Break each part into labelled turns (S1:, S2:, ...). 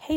S1: hey,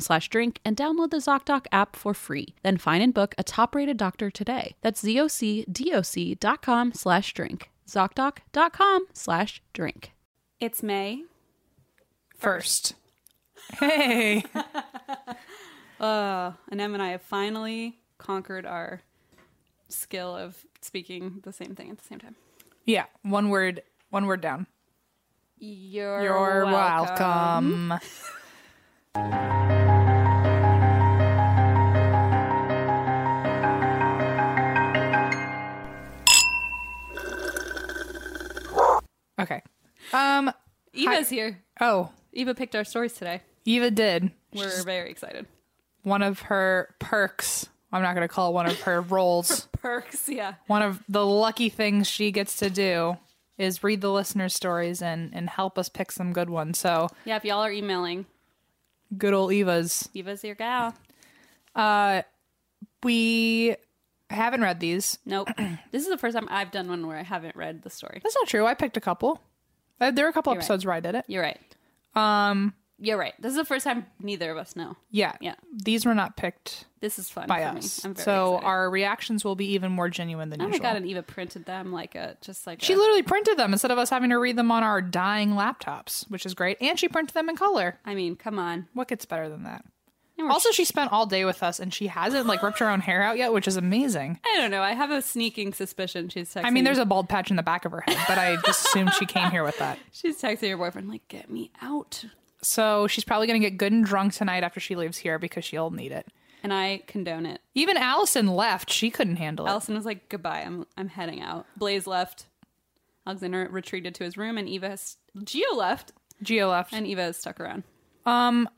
S2: slash drink and download the ZocDoc app for free. Then find and book a top-rated doctor today. That's zocdoc.com slash drink. ZocDoc.com slash drink. It's May.
S3: First. Hey.
S2: Uh, and Em and I have finally conquered our skill of speaking the same thing at the same time.
S3: yeah, one word, one word down.
S2: You're,
S3: You're welcome. okay. Um
S2: Eva's here.
S3: oh,
S2: Eva picked our stories today.
S3: Eva did
S2: We're very excited.
S3: one of her perks. I'm not going to call it one of her roles.
S2: Perks, yeah.
S3: One of the lucky things she gets to do is read the listener stories and and help us pick some good ones. So,
S2: Yeah, if y'all are emailing,
S3: good old Eva's
S2: Eva's your gal.
S3: Uh, we haven't read these.
S2: Nope. this is the first time I've done one where I haven't read the story.
S3: That's not true. I picked a couple. Uh, there were a couple
S2: right.
S3: episodes where I did it.
S2: You're right.
S3: Um,
S2: You're right. This is the first time neither of us know.
S3: yeah,
S2: Yeah.
S3: These were not picked
S2: This is fun
S3: by
S2: for
S3: us,
S2: me. I'm very
S3: so
S2: excited.
S3: our reactions will be even more genuine than
S2: Oh my
S3: usual.
S2: god! And Eva printed them like a just like
S3: she
S2: a-
S3: literally printed them instead of us having to read them on our dying laptops, which is great. And she printed them in color.
S2: I mean, come on.
S3: What gets better than that?
S2: And we're-
S3: Also, she spent all day with us, and she hasn't like ripped her own hair out yet, which is amazing.
S2: I don't know. I have a sneaking suspicion she's texting.
S3: I mean, there's a bald patch in the back of her head, but I just assumed she came here with that.
S2: she's texting your boyfriend like, "Get me out,"
S3: So she's probably going to get good and drunk tonight after she leaves here because she'll need it.
S2: and I condone it.
S3: Even Allison left. She couldn't handle it.
S2: Allison was like, "Goodbye. I'm I'm heading out." Blaze left. Alexander retreated to his room, and Eva has, Geo left,
S3: Geo left.
S2: and Eva is stuck around.
S3: Um,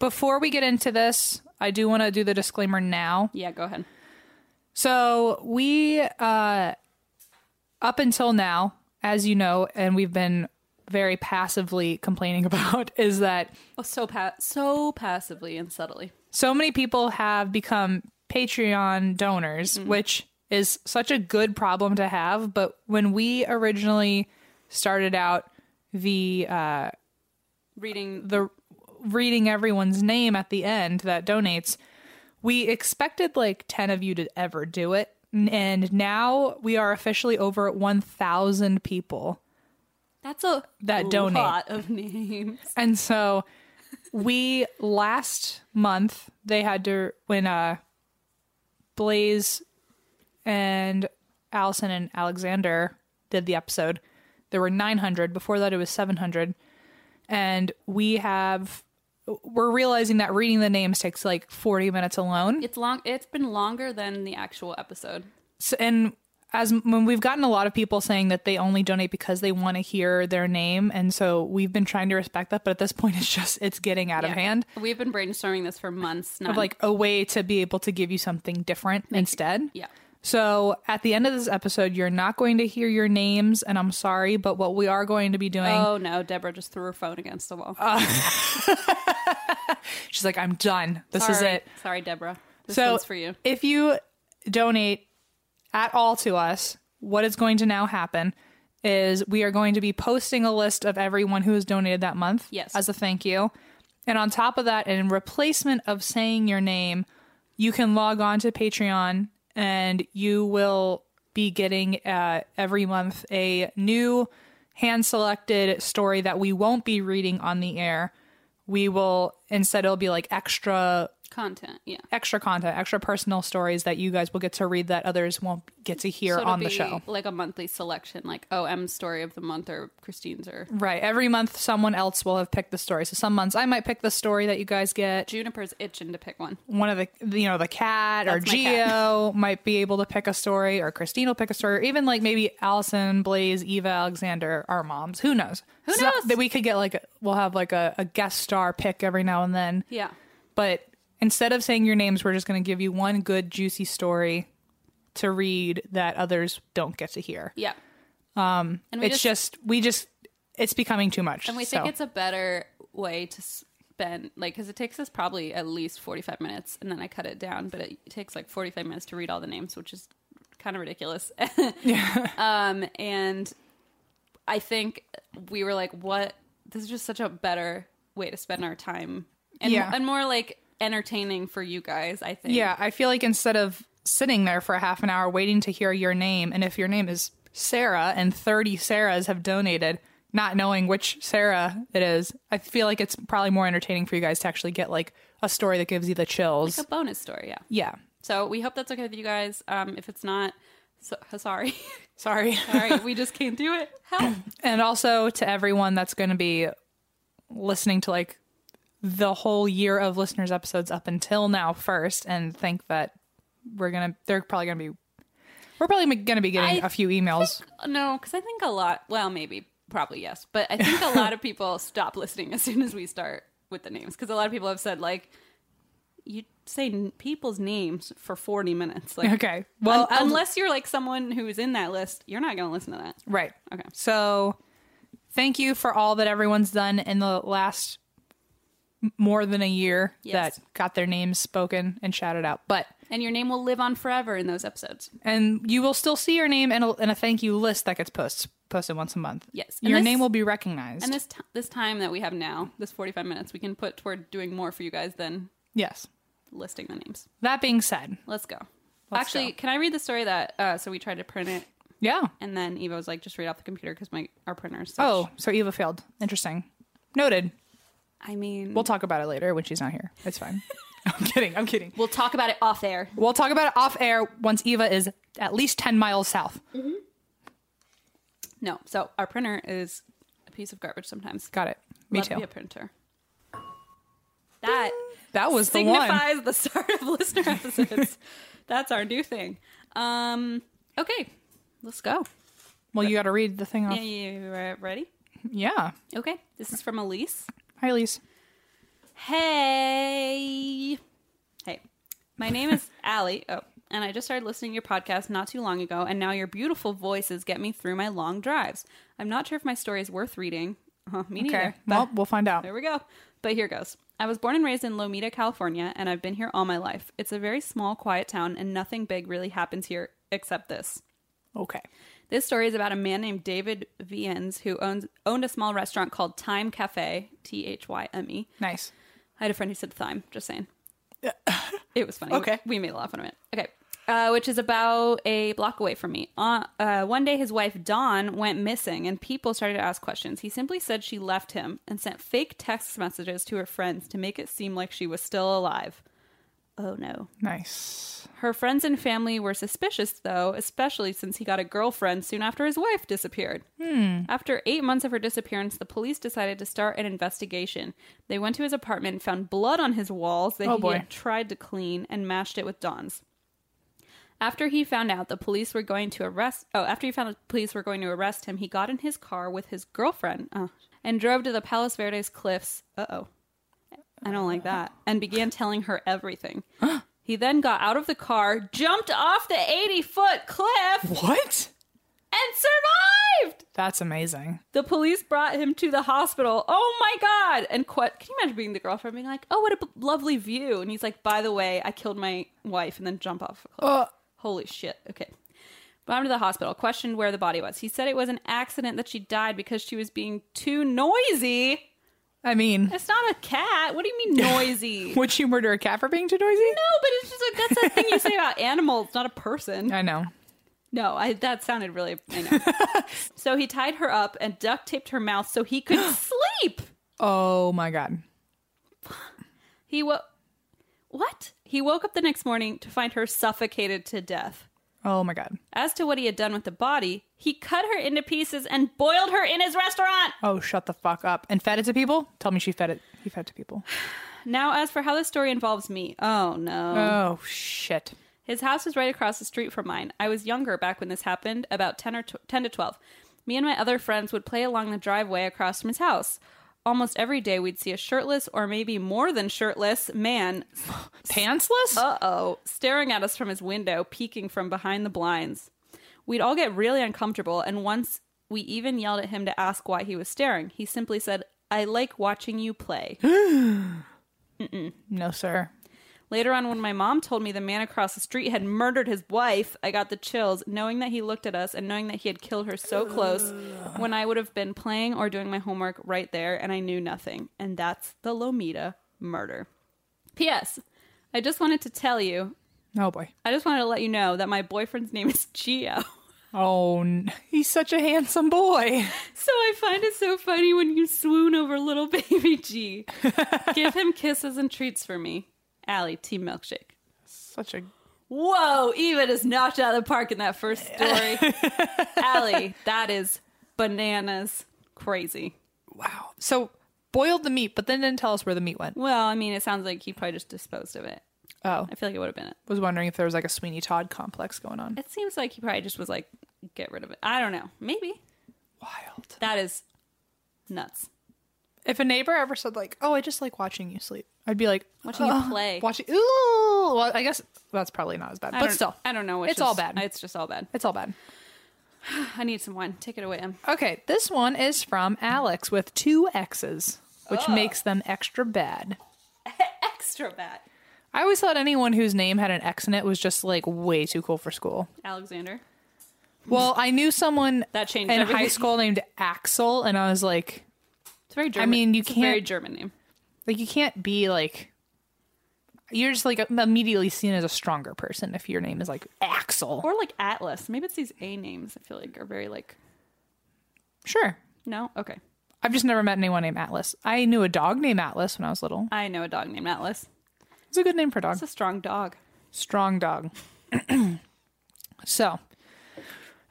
S3: before we get into this, I do want to do the disclaimer now.
S2: Yeah, go ahead.
S3: So we, uh, up until now, as you know, and we've been very passively complaining about, is that
S2: Oh, so pa- so passively and subtly.
S3: so many people have become Patreon donors, which is such a good problem to have. But when we originally started out the uh,
S2: Reading
S3: the reading everyone's name at the end that donates, we expected like ten of you to ever do it, N- and now we are officially over one thousand people.
S2: that's a
S3: That donate.
S2: lot of names.
S3: And so we last month they had to when uh Blaze and Allison and Alexander did the episode, there were 900. Before that, it was 700. And we have, we're realizing that reading the names takes like 40 minutes alone.
S2: It's long. It's been longer than the actual episode.
S3: So, and as when we've gotten a lot of people saying that they only donate because they want to hear their name. And so we've been trying to respect that. But at this point, it's just, it's getting out of
S2: Yeah.
S3: hand.
S2: We've been brainstorming this for months now.
S3: of like a way to be able to give you something different instead.
S2: yeah.
S3: So at the end of this episode, you're not going to hear your names, and I'm sorry, but what we are going to be doing,
S2: Oh no, Deborah just threw her phone against the wall.
S3: she's like, I'm done. This is
S2: Sorry.
S3: it.
S2: Sorry, Deborah. This
S3: so
S2: one's for you.
S3: if you donate at all to us, what is going to now happen is we are going to be posting a list of everyone who has donated that month
S2: Yes.
S3: as a thank you. And on top of that, in replacement of saying your name, you can log on to Patreon and you will be getting uh, every month a new hand selected story that we won't be reading on the air. We will instead, it'll be like extra
S2: Content. Yeah.
S3: extra content, extra personal stories that you guys will get to read that others won't get to hear
S2: So it'll
S3: on the
S2: be
S3: show.
S2: Like a monthly selection, like OM story of the month or Christine's or
S3: Right. Every month, someone else will have picked the story. So some months I might pick the story that you guys get.
S2: Juniper's itching to pick one.
S3: One of the, the- you know, the cat or
S2: That's my
S3: Geo
S2: cat.
S3: might be able to pick a story, or Christine will pick a story, or even like maybe Allison, Blaze, Eva, Alexander, our moms. Who knows? Who
S2: knows?
S3: That we could get like a, we'll have like a, a guest star pick every now and then.
S2: Yeah.
S3: But instead of saying your names, we're just going to give you one good, juicy story to read that others don't get to hear.
S2: Yeah. Um, and we
S3: It's
S2: just
S3: just, we just, it's becoming too much.
S2: And we think it's a better way to spend, like, because it takes us probably at least 45 minutes, and then I cut it down, but it takes like 45 minutes to read all the names, which is kind of ridiculous. Um, and I think we were like, what? This is just such a better way to spend our time. And,
S3: Yeah.
S2: and more like entertaining for you guys, I think.
S3: yeah, I feel like instead of sitting there for a half an hour waiting to hear your name, and if your name is Sarah and 30 Sarahs have donated, not knowing which Sarah it is, I feel like it's probably more entertaining for you guys to actually get like a story that gives you the chills.
S2: It's a bonus story, yeah.
S3: yeah.
S2: So we hope that's okay with you guys. Um, if it's not, so, sorry.
S3: Sorry.
S2: sorry, we just can't do it. Help.
S3: and also to everyone that's going to be listening to like the whole year of listeners episodes up until now first and think that we're going to they're probably going to be we're probably going to be getting
S2: I
S3: a few emails
S2: No, because I think a lot. Well, maybe, probably yes, but I think a lot of people stop listening as soon as we start with the names because a lot of people have said like, you say n- people's names for forty minutes. Like,
S3: okay well
S2: un-
S3: I'll-
S2: unless you're like someone who is in that list, you're not going to listen to that.
S3: right
S2: Okay.
S3: so thank you for all that everyone's done in the last m- more than a year
S2: Yes.
S3: that got their names spoken and shouted out but
S2: And your name will live on forever in those episodes.
S3: and you will still see your name in a, in a thank you list that gets post, posted once a month.
S2: Yes. And
S3: your
S2: this-
S3: name will be recognized.
S2: And this t- this time that we have now, this forty five minutes, we can put toward doing more for you guys than
S3: yes.
S2: listing the names.
S3: That being said,
S2: Let's go.
S3: Let's
S2: Actually,
S3: go.
S2: can I read the story that? Uh, so we tried to print it
S3: yeah.
S2: And then Eva was like, just read off the computer because my our printer's. such-
S3: Oh, so Eva failed. Interesting. Noted.
S2: I mean,
S3: We'll talk about it later when she's not here. It's fine. I'm kidding. I'm kidding.
S2: we'll talk about it off air.
S3: We'll talk about it off air once Eva is at least 10 miles south.
S2: No, so our printer is a piece of garbage sometimes.
S3: Got it. Me
S2: Love to
S3: too.
S2: be a printer. That
S3: That was the one.
S2: signifies the start of listener episodes. That's our new thing. Um, okay, let's go.
S3: Well, you got to read the thing off.
S2: Yeah, you re- ready?
S3: Yeah.
S2: Okay, this is from Elise.
S3: Hi, Elise.
S2: Hey. Hey. My name is Allie. Oh, and I just started listening to your podcast not too long ago, and now your beautiful voices get me through my long drives. I'm not sure if my story is worth reading. Uh, me
S3: Okay.
S2: neither.
S3: Well, we'll find out.
S2: There we go. But here goes. I was born and raised in Lomita, California, and I've been here all my life. It's a very small, quiet town, and nothing big really happens here except this.
S3: Okay.
S2: This story is about a man named David Viennes who owns, owned a small restaurant called Time Cafe, T H Y M E.
S3: Nice.
S2: I had a friend who said thyme. Just saying. it was funny.
S3: Okay.
S2: We, we made a laugh out of it. Okay. Uh, which is about a block away from me. Uh, uh, one day, his wife Dawn went missing, and people started to ask questions. He simply said she left him and sent fake text messages to her friends to make it seem like she was still alive. Oh no.
S3: Nice.
S2: Her friends and family were suspicious, though, especially since he got a girlfriend soon after his wife disappeared.
S3: Hmm.
S2: After eight months of her disappearance, the police decided to start an investigation. They went to his apartment and found blood on his walls that
S3: Oh,
S2: he
S3: boy.
S2: had tried to clean and matched it with Dawn's. After he found out the police were going to arrest oh after he found the police were going to arrest him, he got in his car with his girlfriend uh, and drove to the Palos Verdes cliffs. Uh oh. I don't like that. And began telling her everything. he then got out of the car, jumped off the 80 foot cliff, and
S3: What?
S2: survived!
S3: That's amazing.
S2: The police brought him to the hospital. Oh my God! And que- can you imagine being the girlfriend being like, oh, what a b- lovely view? And he's like, by the way, I killed my wife and then jump off a cliff.
S3: Uh,
S2: Holy shit. Okay. Brought him to the hospital, questioned where the body was. He said it was an accident that she died because she was being too noisy.
S3: I mean,
S2: It's not a cat. What do you mean noisy?
S3: would she murder a cat for being too noisy?
S2: No, but it's just like that's a thing you say about animals, not a person.
S3: I know.
S2: No, I that sounded really. I know. so he tied her up and duct taped her mouth so he could sleep.
S3: Oh my god.
S2: He woke. What? He woke up the next morning to find her suffocated to death.
S3: Oh my god.
S2: As to what he had done with the body, he cut her into pieces and boiled her in his restaurant.
S3: Oh, shut the fuck up. And fed it to people? Tell me she fed it. He fed to people.
S2: Now, as for how this story involves me, oh no.
S3: Oh shit.
S2: His house was right across the street from mine. I was younger back when this happened, about 10 or tw- 10 to 12. Me and my other friends would play along the driveway across from his house. Almost every day we'd see a shirtless or maybe more than shirtless man,
S3: Pantsless?
S2: Oh. uh-oh, staring at us from his window, peeking from behind the blinds. We'd all get really uncomfortable and once we even yelled at him to ask why he was staring. He simply said, "I like watching you play."
S3: no, sir.
S2: Later on, when my mom told me the man across the street had murdered his wife, I got the chills, knowing that he looked at us and knowing that he had killed her so close when I would have been playing or doing my homework right there, and I knew nothing. And that's the Lomita murder. P.S. I just wanted to tell you,
S3: Oh boy.
S2: I just wanted to let you know that my boyfriend's name is Gio.
S3: Oh, n- he's such a handsome boy.
S2: So I find it so funny when you swoon over little baby G. Give him kisses and treats for me. Allie, tea milkshake.
S3: Such a
S2: Whoa, Eva is knocked out of the park in that first story. Allie, that is bananas crazy.
S3: wow. So boiled the meat, but then didn't tell us where the meat went.
S2: Well, I mean, it sounds like he probably just disposed of it.
S3: Oh,
S2: I feel like it would have been it.
S3: was wondering if there was like a Sweeney Todd complex going on.
S2: It seems like he probably just was like, get rid of it. I don't know. Maybe.
S3: Wild.
S2: That is nuts.
S3: If a neighbor ever said like, "Oh, I just like watching you sleep," I'd be like,
S2: Watching you
S3: "Ugh,
S2: play."
S3: Watching. Ooh. Well, I guess that's probably not as bad,
S2: I
S3: but
S2: don't-
S3: still,
S2: I don't know. Which
S3: It's all
S2: is-
S3: bad.
S2: It's just all bad.
S3: it's all bad.
S2: I need some wine. Take it away, Em.
S3: Okay, this one is from Alex with two X's, which
S2: Ah.
S3: makes them extra bad.
S2: Extra bad.
S3: I always thought anyone whose name had an X in it was just like way too cool for school.
S2: Alexander.
S3: Well, I knew someone
S2: That changed
S3: in
S2: everything.
S3: high school named Axel, and I was like,
S2: It's very German.
S3: mean, you
S2: it's A very
S3: can't-
S2: German name.
S3: like you can't be like, you're just like immediately seen as a stronger person if your name is like Axel.
S2: Or like Atlas. Maybe it's these A names I feel like are very like.
S3: Sure,
S2: No? Okay.
S3: I've just never met anyone named Atlas. I knew a dog named Atlas when I was little.
S2: I know a dog named Atlas.
S3: It's a good name for a dog.
S2: It's a strong dog.
S3: Strong dog. so,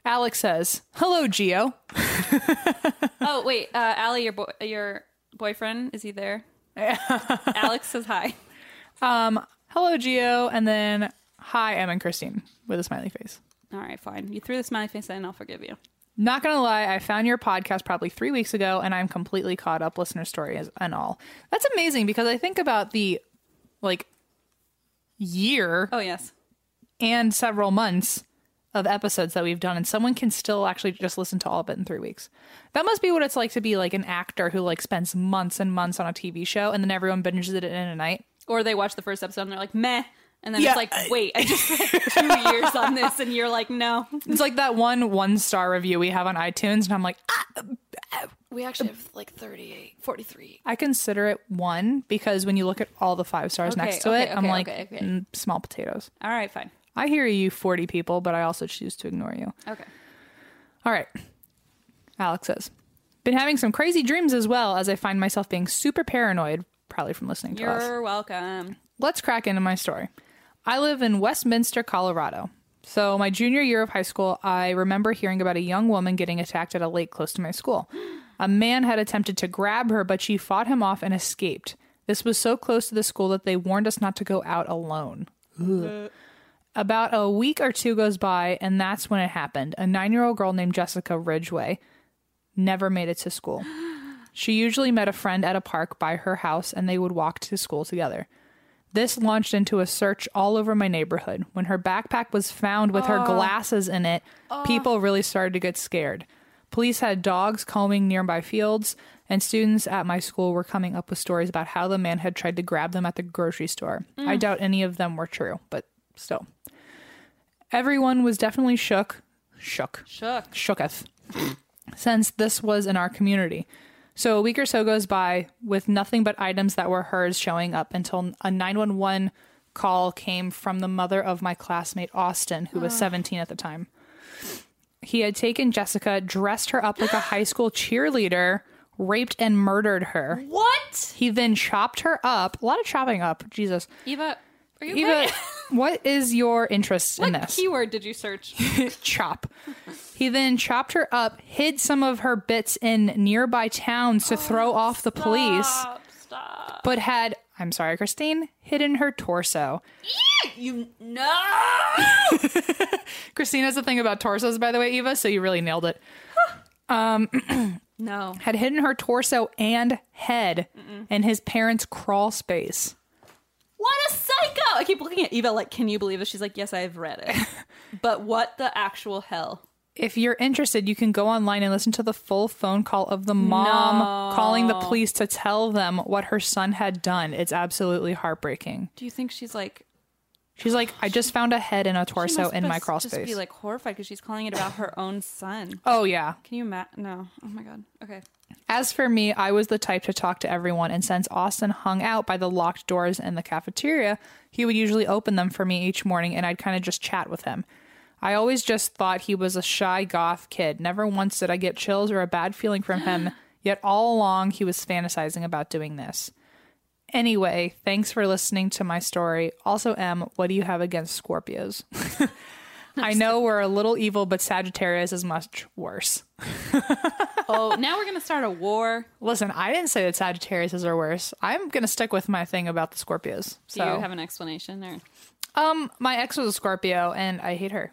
S3: Alex says, "Hello, Geo."
S2: Oh wait, uh, Allie, your boy, your boyfriend is he there? Alex says hi.
S3: Um, hello, Geo, and then hi, Em and Christine with a smiley face.
S2: All right, fine. You threw the smiley face in. I'll forgive you.
S3: Not gonna lie, I found your podcast probably three weeks ago, and I'm completely caught up, listener stories and all. That's amazing because I think about the like year
S2: Oh yes,
S3: and several months of episodes that we've done, and someone can still actually just listen to all of it in three weeks. That must be what it's like to be like an actor who like spends months and months on a TV show, and then everyone binges it in a night.
S2: or they watch the first episode and they're like meh, and then
S3: Yeah,
S2: it's like wait, I just spent two years on this, and you're like no.
S3: It's like that one one star review we have on iTunes, and I'm like, ah,
S4: We actually have like 38, 43.
S3: I consider it one because when you look at all the five stars
S2: Okay,
S3: next to
S2: okay,
S3: it, I'm
S2: okay,
S3: like,
S2: okay, okay.
S3: "Mm, small potatoes.
S2: All right, fine.
S3: I hear you, 40 people, but I also choose to ignore you.
S2: Okay.
S3: All right. Alex says, been having some crazy dreams as well as I find myself being super paranoid, probably from listening to us.
S2: You're welcome.
S3: Let's crack into my story. I live in Westminster, Colorado. So, my junior year of high school, I remember hearing about a young woman getting attacked at a lake close to my school. A man had attempted to grab her, but she fought him off and escaped. This was so close to the school that they warned us not to go out alone. About a week or two goes by, and that's when it happened. A nine year old girl named Jessica Ridgway never made it to school. She usually met a friend at a park by her house, and they would walk to school together. This launched into a search all over my neighborhood. When her backpack was found with her glasses in it, people really started to get scared. Police had dogs combing nearby fields, and students at my school were coming up with stories about how the man had tried to grab them at the grocery store. I doubt any of them were true, but still. Everyone was definitely shook. Shook.
S2: Shook.
S3: Shooketh. Since this was in our community. So a week or so goes by with nothing but items that were hers showing up until a 911 call came from the mother of my classmate, Austin, who was 17 at the time. He had taken Jessica, dressed her up like a high school cheerleader, raped and murdered her.
S2: What?
S3: He then chopped her up. A lot of chopping up. Jesus.
S2: Eva, are you
S3: Eva,
S2: okay?
S3: what is your interest in
S2: What
S3: this?
S2: keyword did you search?
S3: chop. He then chopped her up, hid some of her bits in nearby towns to throw off the police,
S2: Stop, stop.
S3: but had, I'm sorry, Christine, hidden her torso.
S2: You no.
S3: Christine has a thing about torsos, by the way, Eva, so you really nailed it.
S2: No.
S3: Had hidden her torso and head in his parents' crawl space.
S2: What a psycho! I keep looking at Eva like, can you believe this? She's like, yes, I've read it. but what the actual hell?
S3: If you're interested, you can go online and listen to the full phone call of the mom calling the police to tell them what her son had done. It's absolutely heartbreaking.
S2: Do you think she's like
S3: She's like, I just found a head and a
S2: she
S3: torso
S2: must
S3: in my
S2: bes-
S3: crawl
S2: just
S3: space.
S2: be like horrified because she's calling it about her own son.
S3: oh yeah.
S2: Can you ma- No. Oh my god. Okay.
S3: As for me, I was the type to talk to everyone, and since Austin hung out by the locked doors in the cafeteria, he would usually open them for me each morning, and I'd kind of just chat with him. I always just thought he was a shy goth kid. Never once did I get chills or a bad feeling from him, yet all along he was fantasizing about doing this. Anyway, thanks for listening to my story. Also, M, what do you have against Scorpios? I know we're a little evil, but Sagittarius is much worse.
S2: Oh, now we're gonna start a war.
S3: Listen, I didn't say that Sagittariuses are worse. I'm gonna stick with my thing about the Scorpios.
S2: Do
S3: So,
S2: you have an explanation? Or
S3: um, my ex was a Scorpio, and I hate her.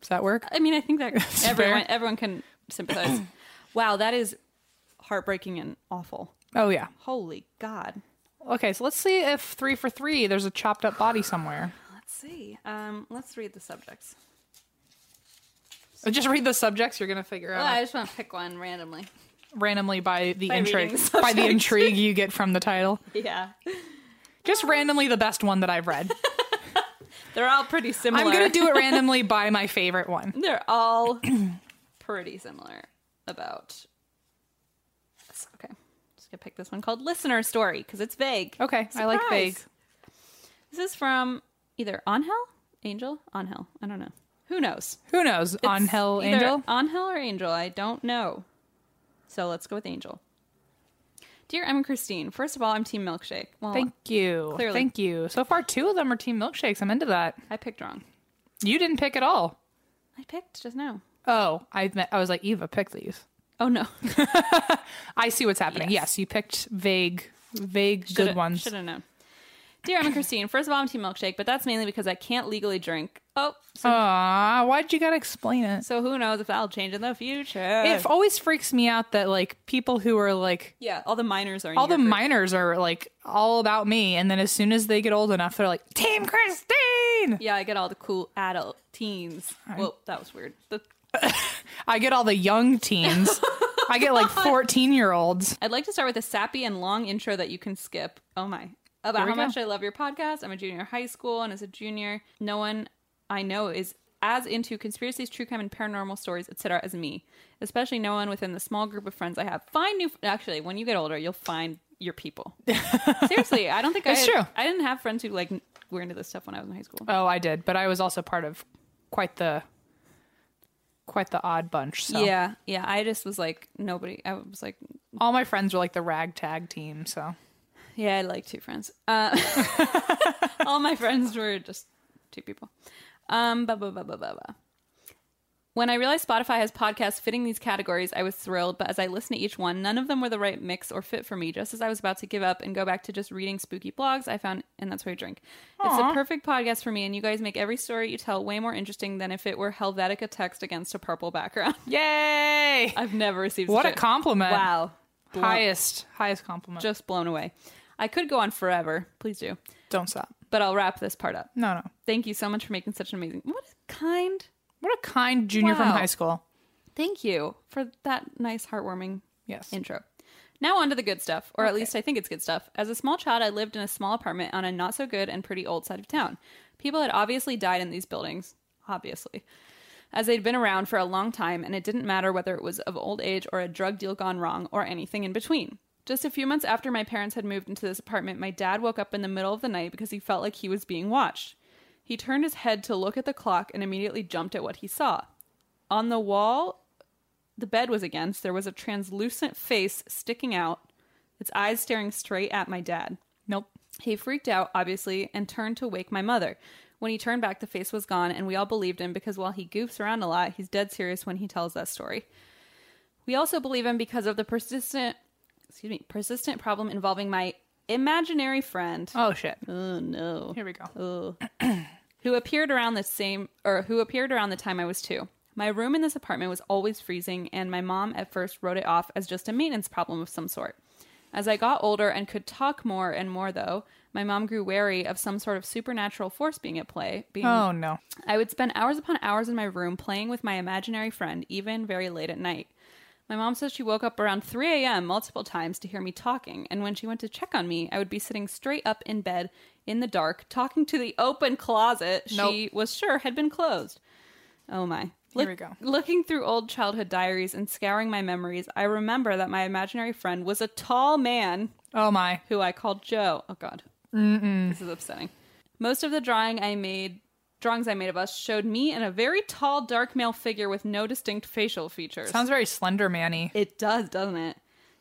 S3: Does that work?
S2: I mean, I think that
S3: fair.
S2: everyone everyone can sympathize. wow, that is heartbreaking and awful.
S3: Oh yeah.
S2: Holy God.
S3: Okay, so let's see if three for three. There's a chopped up body somewhere.
S2: Let's see. Um, let's read the subjects.
S3: Uh, Just read the subjects. You're gonna figure
S2: Well, I
S3: out
S2: just want to pick one randomly.
S3: randomly by the
S2: By reading
S3: intrigue,
S2: the
S3: by the
S2: subject.
S3: intrigue you get from the title.
S2: Yeah,
S3: Just randomly the best one that I've read.
S2: they're all pretty similar.
S3: I'm gonna do it randomly by my favorite one.
S2: They're all pretty similar about. That's- Okay, just gonna pick this one called "Listener Story" because it's vague.
S3: Okay, I like
S2: Surprise.
S3: vague.
S2: This is from either Angel, Angel, Angel. I don't know. Who knows?
S3: Who knows? On Hell
S2: Either
S3: Angel.
S2: Angel or Angel. I don't know. So let's go with Angel. Dear Emma Christine, first of all, I'm Team Milkshake. Well,
S3: Thank you.
S2: Clearly.
S3: Thank you. So far, two of them are team milkshakes. I'm into that.
S2: I picked wrong.
S3: You didn't pick at all.
S2: I picked just now.
S3: Oh, I meant, I was like Eva picked these.
S2: Oh no,
S3: I see what's happening. Yes, you picked vague, vague good ones.
S2: Should have known. Dear Emma Christine, first of all, I'm Team Milkshake, but that's mainly because I can't legally drink. Oh, so,
S3: Ah, why'd you gotta explain it?
S2: so who knows if that'll change in the future?
S3: It always freaks me out that like people who are like
S2: yeah, all the minors are in
S3: all the
S2: your group.
S3: minors are like all about me, and then as soon as they get old enough, they're like Team Christine.
S2: Yeah, I get all the cool adult teens. Well, that was weird. The-
S3: I get all the young teens. I get like 14 year olds.
S2: I'd like to start with a sappy and long intro that you can skip. Oh my. About
S3: we
S2: how
S3: go.
S2: much I love your podcast. I'm a junior in high school, and as a junior, no one I know is as into conspiracies, true crime, and paranormal stories, etc., as me. Especially no one within the small group of friends I have. Find new. Actually, when you get older, you'll find your people. Seriously, I don't think
S3: It's
S2: I.
S3: true.
S2: I didn't have friends who like were into this stuff when I was in high school.
S3: Oh, I did, but I was also part of quite the quite the odd bunch. So
S2: Yeah, yeah. I just was like nobody. I was like
S3: all my friends were like the ragtag team. So
S2: Yeah, I like two friends. Uh, all my friends were just two people. Um, ba ba ba ba ba ba. When I realized Spotify has podcasts fitting these categories, I was thrilled, but as I listened to each one, none of them were the right mix or fit for me. Just as I was about to give up and go back to just reading spooky blogs, I found And That's Where You Drink. It's the perfect podcast for me, and you guys make every story you tell way more interesting than if it were Helvetica text against a purple background.
S3: Yay!
S2: I've never received
S3: What
S2: such
S3: a compliment.
S2: Wow. Blown-
S3: Highest, highest compliment.
S2: Just blown away. I could go on forever. Please do.
S3: Don't stop.
S2: But I'll wrap this part up.
S3: No, no.
S2: Thank you so much for making such an amazing. What a kind.
S3: What a kind junior from
S2: Wow.
S3: high school.
S2: Thank you for that nice, heartwarming
S3: Yes.
S2: intro. Now on to the good stuff, or at least I think it's good stuff. As a small child, I lived in a small apartment on a not so good and pretty old side of town. People had obviously died in these buildings, obviously, as they'd been around for a long time, and it didn't matter whether it was of old age or a drug deal gone wrong or anything in between. Just a few months after my parents had moved into this apartment, my dad woke up in the middle of the night because he felt like he was being watched. He turned his head to look at the clock and immediately jumped at what he saw. On the wall the bed was against, there was a translucent face sticking out, its eyes staring straight at my dad.
S3: Nope.
S2: He freaked out, obviously, and turned to wake my mother. When he turned back, the face was gone, and we all believed him because while he goofs around a lot, he's dead serious when he tells that story. We also believe him because of the persistent, excuse me, persistent problem involving my imaginary friend.
S3: Oh shit.
S2: Oh no
S3: Here we go.
S2: who appeared around the same or who appeared around the time I was 2. My room in this apartment was always freezing and my mom at first wrote it off as just a maintenance problem of some sort. As I got older and could talk more and more though, my mom grew wary of some sort of supernatural force being at play, being
S3: Oh no.
S2: I would spend hours upon hours in my room playing with my imaginary friend, even very late at night. My mom says she woke up around 3 a.m. multiple times to hear me talking, and when she went to check on me, I would be sitting straight up in bed in the dark, talking to the open closet she
S3: Nope.
S2: was sure had been closed. Oh my.
S3: Here we go.
S2: Looking through old childhood diaries and scouring my memories, I remember that my imaginary friend was a tall man
S3: Oh my.
S2: who I called Joe. Oh God, this is upsetting. Most of the drawing I made, drawings I made of us, showed me in a very tall, dark male figure with no distinct facial features.
S3: Sounds very slender manny.
S2: it does, doesn't it?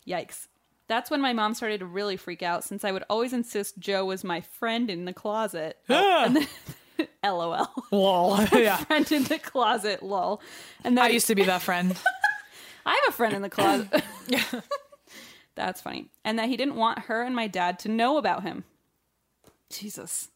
S2: Yikes. That's when my mom started to really freak out, since I would always insist Joe was my friend in the closet. LOL.
S3: Lol. yeah.
S2: friend in the closet. Lol. And
S3: I
S2: that
S3: used to be that friend.
S2: I have a friend in the closet. That's funny. And that he didn't want her and my dad to know about him. Jesus.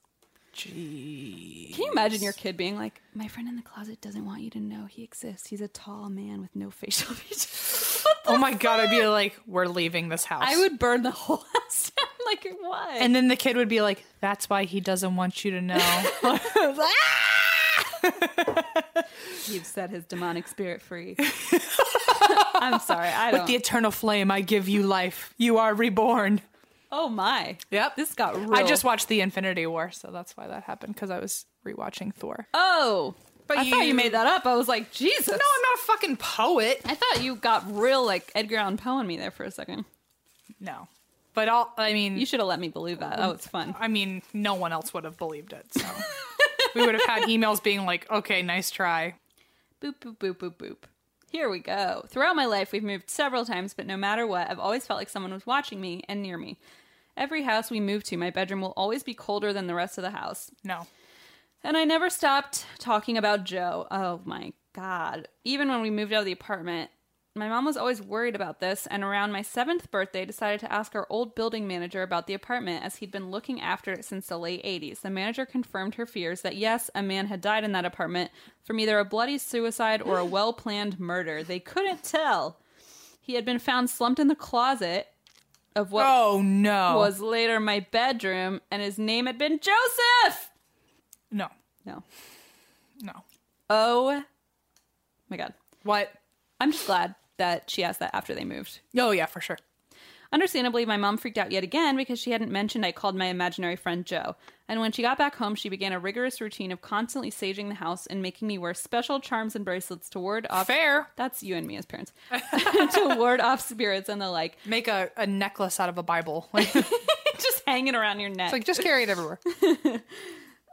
S2: Gee. Can you imagine your kid being like, My friend in the closet doesn't want you to know he exists. He's a tall man with no facial features. What the
S3: Oh my god, I'd
S2: fuck?
S3: be like, we're leaving this house.
S2: I would burn the whole house down. Like, what?
S3: And then the kid would be like, that's why he doesn't want you to know. Ah!
S2: you've set his demonic spirit free. I'm sorry. I don't.
S3: With the eternal flame, I give you life. You are reborn.
S2: oh my.
S3: Yep.
S2: This got real.
S3: I just watched The Infinity War, so that's why that happened, because I was rewatching Thor.
S2: Oh. But
S3: But
S2: I thought you
S3: you-
S2: made that up. I was like, Jesus.
S3: No, I'm not a fucking poet.
S2: I thought you got real like Edgar Allan Poe on me there for a second.
S3: No. But all I mean
S2: You should have let me believe that. Oh, it's fun.
S3: I mean, no one else would have believed it. So we would have had emails being like, okay, nice try.
S2: Boop, boop, boop, boop, boop. Here we go. Throughout my life, we've moved several times, but no matter what, I've always felt like someone was watching me and near me. Every house we move to, my bedroom will always be colder than the rest of the house.
S3: No.
S2: And I never stopped talking about Joe. Oh my God. Even when we moved out of the apartment, my mom was always worried about this, and around my seventh birthday, decided to ask our old building manager about the apartment as he'd been looking after it since the late 80s. The manager confirmed her fears that yes, a man had died in that apartment from either a bloody suicide or a well planned murder. They couldn't tell. He had been found slumped in the closet of what
S3: Oh no.
S2: was later my bedroom, and his name had been Joseph!
S3: no.
S2: No.
S3: No.
S2: Oh my god.
S3: What?
S2: I'm just glad that she asked that after they moved.
S3: Oh yeah, for sure.
S2: Understandably, my mom freaked out yet again because she hadn't mentioned I called my imaginary friend Joe. And when she got back home, she began a rigorous routine of constantly saging the house and making me wear special charms and bracelets to ward off.
S3: Fair.
S2: That's you and me as parents. to ward off spirits and the like.
S3: Make a, a necklace out of a Bible. Like, it's
S2: just hanging around your neck.
S3: like just carry it everywhere.